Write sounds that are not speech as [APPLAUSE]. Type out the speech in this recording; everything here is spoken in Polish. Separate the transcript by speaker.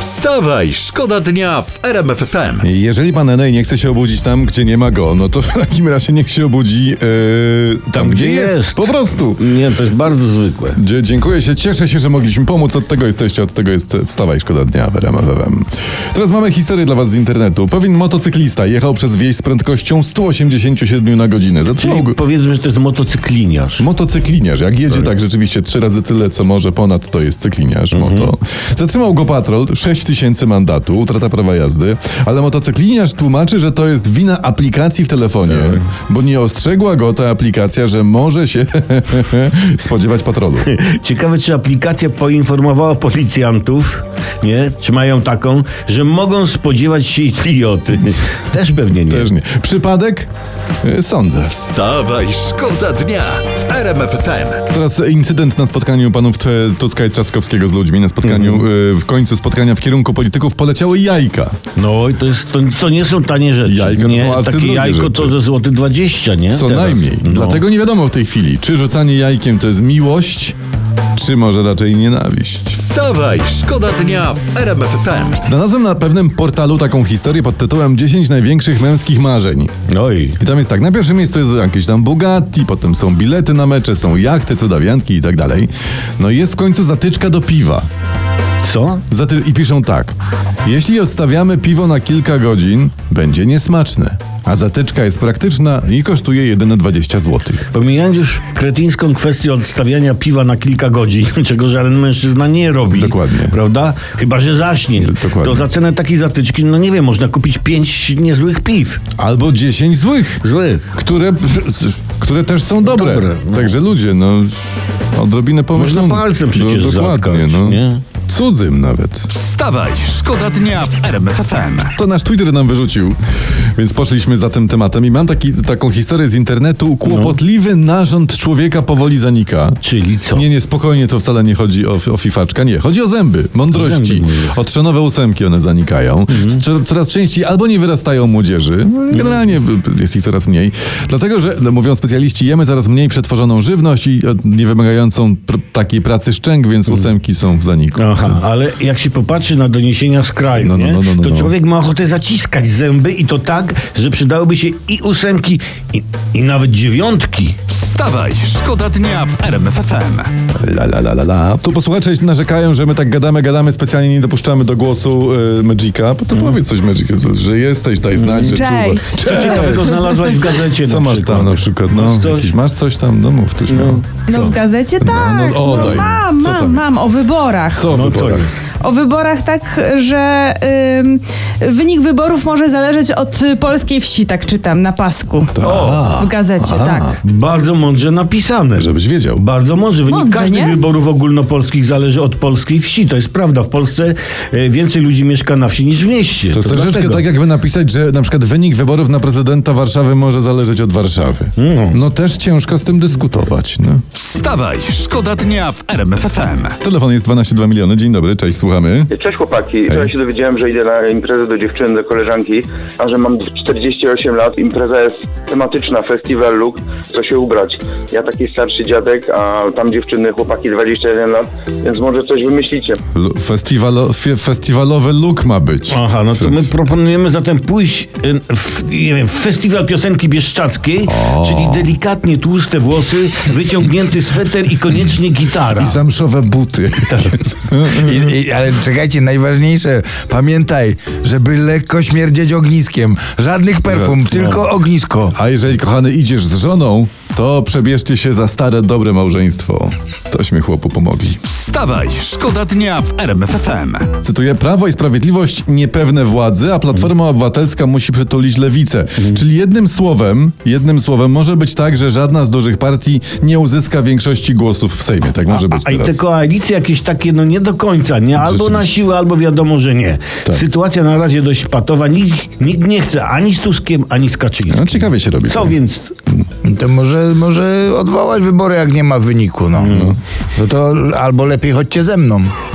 Speaker 1: Wstawaj, szkoda dnia w RMF FM.
Speaker 2: Jeżeli pan Enej nie chce się obudzić tam, gdzie nie ma go, no to w takim razie niech się obudzi e, tam, gdzie,
Speaker 3: gdzie
Speaker 2: jest.
Speaker 3: jest.
Speaker 2: Po prostu.
Speaker 3: Nie, to jest bardzo zwykłe.
Speaker 2: Dzie- dziękuję się, cieszę się, że mogliśmy pomóc. Od tego jesteście, od tego jest e, Wstawaj, szkoda dnia w RMF FM. Teraz mamy historię dla was z internetu. Pewien motocyklista jechał przez wieś z prędkością 187 na godzinę. Zatrzymał
Speaker 3: Czyli
Speaker 2: go...
Speaker 3: powiedzmy, że to jest motocykliniarz.
Speaker 2: Motocykliniarz, jak jedzie tak. rzeczywiście trzy razy tyle, co może ponad, to jest cykliniarz moto. Zatrzymał go patrol, 6 tysięcy mandatu, utrata prawa jazdy, ale motocykliniarz tłumaczy, że to jest wina aplikacji w telefonie, bo nie ostrzegła go ta aplikacja, że może się [LAUGHS] spodziewać patrolu.
Speaker 3: Ciekawe, czy aplikacja poinformowała policjantów, nie? Czy mają taką, że mogą spodziewać się idioty.
Speaker 2: [LAUGHS]
Speaker 3: Też pewnie nie.
Speaker 2: Też nie. Przypadek? Y, Sądzę.
Speaker 1: Wstawaj, szkoda dnia w RMF FM.
Speaker 2: Teraz incydent na spotkaniu panów T- Tuska i Trzaskowskiego z ludźmi. Na spotkaniu, y, w końcu spotkania w kierunku polityków poleciały jajka.
Speaker 3: No i to, jest, to, to nie są tanie rzeczy.
Speaker 2: Jajka to
Speaker 3: nie,
Speaker 2: są
Speaker 3: Takie
Speaker 2: arcydrogie
Speaker 3: jajko to
Speaker 2: rzeczy.
Speaker 3: ze złoty 20, nie?
Speaker 2: Co
Speaker 3: Teraz.
Speaker 2: najmniej.
Speaker 3: No.
Speaker 2: Dlatego nie wiadomo w tej chwili, czy rzucanie jajkiem to jest miłość, czy może raczej nienawiść.
Speaker 1: Wstawaj, szkoda dnia w RMF FM.
Speaker 2: Znalazłem na pewnym portalu taką historię pod tytułem 10 największych męskich marzeń.
Speaker 3: Oj.
Speaker 2: I tam jest tak, na pierwszym miejscu jest jakieś tam Bugatti, potem są bilety na mecze, są jachty, cudawianki i tak dalej. No i jest w końcu zatyczka do piwa.
Speaker 3: Co?
Speaker 2: Zaty- I piszą tak. Jeśli odstawiamy piwo na kilka godzin, będzie niesmaczne. A zatyczka jest praktyczna i kosztuje jedyne 20 zł.
Speaker 3: Pomijając już kretyńską kwestię odstawiania piwa na kilka godzin, [LAUGHS] czego żaden mężczyzna nie robi.
Speaker 2: Dokładnie.
Speaker 3: Prawda? Chyba, że zaśnie.
Speaker 2: dokładnie.
Speaker 3: To za cenę takiej zatyczki, no nie wiem, można kupić pięć niezłych piw.
Speaker 2: Albo 10 złych.
Speaker 3: Złych.
Speaker 2: które, które też są dobre.
Speaker 3: Dobre, no.
Speaker 2: Także ludzie, no odrobinę pomyślą.
Speaker 3: palcem przecież
Speaker 2: dokładnie,
Speaker 3: zatkać,
Speaker 2: no.
Speaker 3: nie?
Speaker 2: Cudzym nawet.
Speaker 1: Wstawaj, szkoda dnia w RMF FM.
Speaker 2: To nasz Twitter nam wyrzucił, więc poszliśmy za tym tematem i mam taki, taką historię z
Speaker 3: No.
Speaker 2: internetu. Kłopotliwy narząd człowieka powoli zanika.
Speaker 3: Czyli co?
Speaker 2: Nie, nie, spokojnie, to wcale nie chodzi o, o fifaczka, nie. Chodzi o zęby, mądrości.
Speaker 3: Zęby mówię.
Speaker 2: o trzonowe ósemki one zanikają. Z- czer- Coraz częściej albo nie wyrastają młodzieży, generalnie w- jest ich coraz mniej. Dlatego, że no, mówią specjaliści, jemy coraz mniej przetworzoną żywność i e, niewymagającą pr- takiej pracy szczęk, więc ósemki są w zaniku.
Speaker 3: Aha, ale jak się popatrzy na doniesienia z kraju,
Speaker 2: No, no,
Speaker 3: nie?
Speaker 2: no, no, no, no.
Speaker 3: to człowiek ma ochotę zaciskać zęby i to tak, że przydałyby się i ósemki, i, i nawet dziewiątki.
Speaker 1: Wstawaj, szkoda dnia w RMF FM.
Speaker 2: La, la, la, la, la. Tu posłuchacze narzekają, że my tak gadamy, gadamy, specjalnie nie dopuszczamy do głosu e, Magica. Bo to powiedz coś Magica, że- że jesteś, daj znać, że
Speaker 4: Cześć.
Speaker 2: czuwasz.
Speaker 3: Co ciekawego znalazłaś w gazecie
Speaker 2: Tak. Co
Speaker 3: na
Speaker 2: masz
Speaker 3: przykład?
Speaker 2: tam na przykład? No,
Speaker 3: No, co-
Speaker 2: jakiś masz coś tam? No mów, ktoś miał.
Speaker 4: No w gazecie tak.
Speaker 2: no, o, daj.
Speaker 4: mam,
Speaker 2: Co tam
Speaker 4: mam,
Speaker 2: jest?
Speaker 4: mam o wyborach.
Speaker 2: Co
Speaker 3: No,
Speaker 2: no,
Speaker 3: co jest?
Speaker 4: O wyborach tak, że ym, wynik wyborów może zależeć od y, polskiej wsi, tak czytam na pasku. W gazecie, tak.
Speaker 3: Bardzo mądrze napisane.
Speaker 2: Żebyś wiedział.
Speaker 3: Bardzo mądrze. Wynik
Speaker 4: Mądrze,
Speaker 3: każdych
Speaker 4: nie?
Speaker 3: wyborów ogólnopolskich zależy od polskiej wsi. To jest prawda. W Polsce e, więcej ludzi mieszka na wsi niż w mieście.
Speaker 2: To jest troszeczkę
Speaker 3: dlatego.
Speaker 2: tak, jakby napisać, że na przykład wynik wyborów na prezydenta Warszawy może zależeć od Warszawy. No też ciężko z tym dyskutować. No.
Speaker 1: Wstawaj, szkoda dnia w RMF FM.
Speaker 2: Telefon jest 12,2 miliony. Dzień dobry, cześć, słuchamy.
Speaker 5: Cześć chłopaki, ja się dowiedziałem, że idę na imprezę do dziewczyny, do koleżanki, a że mam 48 lat, impreza jest tematyczna, festiwal look, co się ubrać. Ja taki starszy dziadek, a tam dziewczyny, chłopaki 21 lat, więc może coś wymyślicie.
Speaker 2: Lu- Festiwalo, fie, festiwalowy look ma być.
Speaker 3: Aha, no to my proponujemy zatem pójść y, w, nie wiem, w festiwal piosenki bieszczadzkiej, czyli delikatnie tłuste włosy, wyciągnięty sweter i koniecznie gitara.
Speaker 2: I zamszowe buty.
Speaker 3: Tak.
Speaker 6: I, i, ale czekajcie, najważniejsze, pamiętaj, żeby lekko śmierdzieć ogniskiem. Żadnych perfum, tylko ognisko.
Speaker 2: [LAUGHS] A jeżeli, kochany, idziesz z żoną, to przebierzcie się za stare, dobre małżeństwo. Tośmy chłopu pomogli.
Speaker 1: Wstawaj, szkoda dnia w RMF FM.
Speaker 2: Cytuję, Prawo i Sprawiedliwość niepewne władzy, a Platforma Obywatelska musi przytulić lewicę.
Speaker 3: Mhm.
Speaker 2: Czyli jednym słowem, jednym słowem może być tak, że żadna z dużych partii nie uzyska większości głosów w Sejmie. Tak może być
Speaker 3: A i te
Speaker 2: teraz.
Speaker 3: koalicje jakieś takie, no nie do końca, nie? Albo na
Speaker 2: Rzeczywiście.
Speaker 3: siłę, albo wiadomo, że nie.
Speaker 2: Tak.
Speaker 3: Sytuacja na razie dość patowa. Nikt, nikt nie chce ani z Tuskiem, ani z
Speaker 2: No
Speaker 3: Kaczyńskim.
Speaker 2: ciekawie się robi.
Speaker 3: Co więc?
Speaker 6: To może, może odwołać wybory, jak nie ma wyniku, no. No To albo lepiej chodźcie ze mną.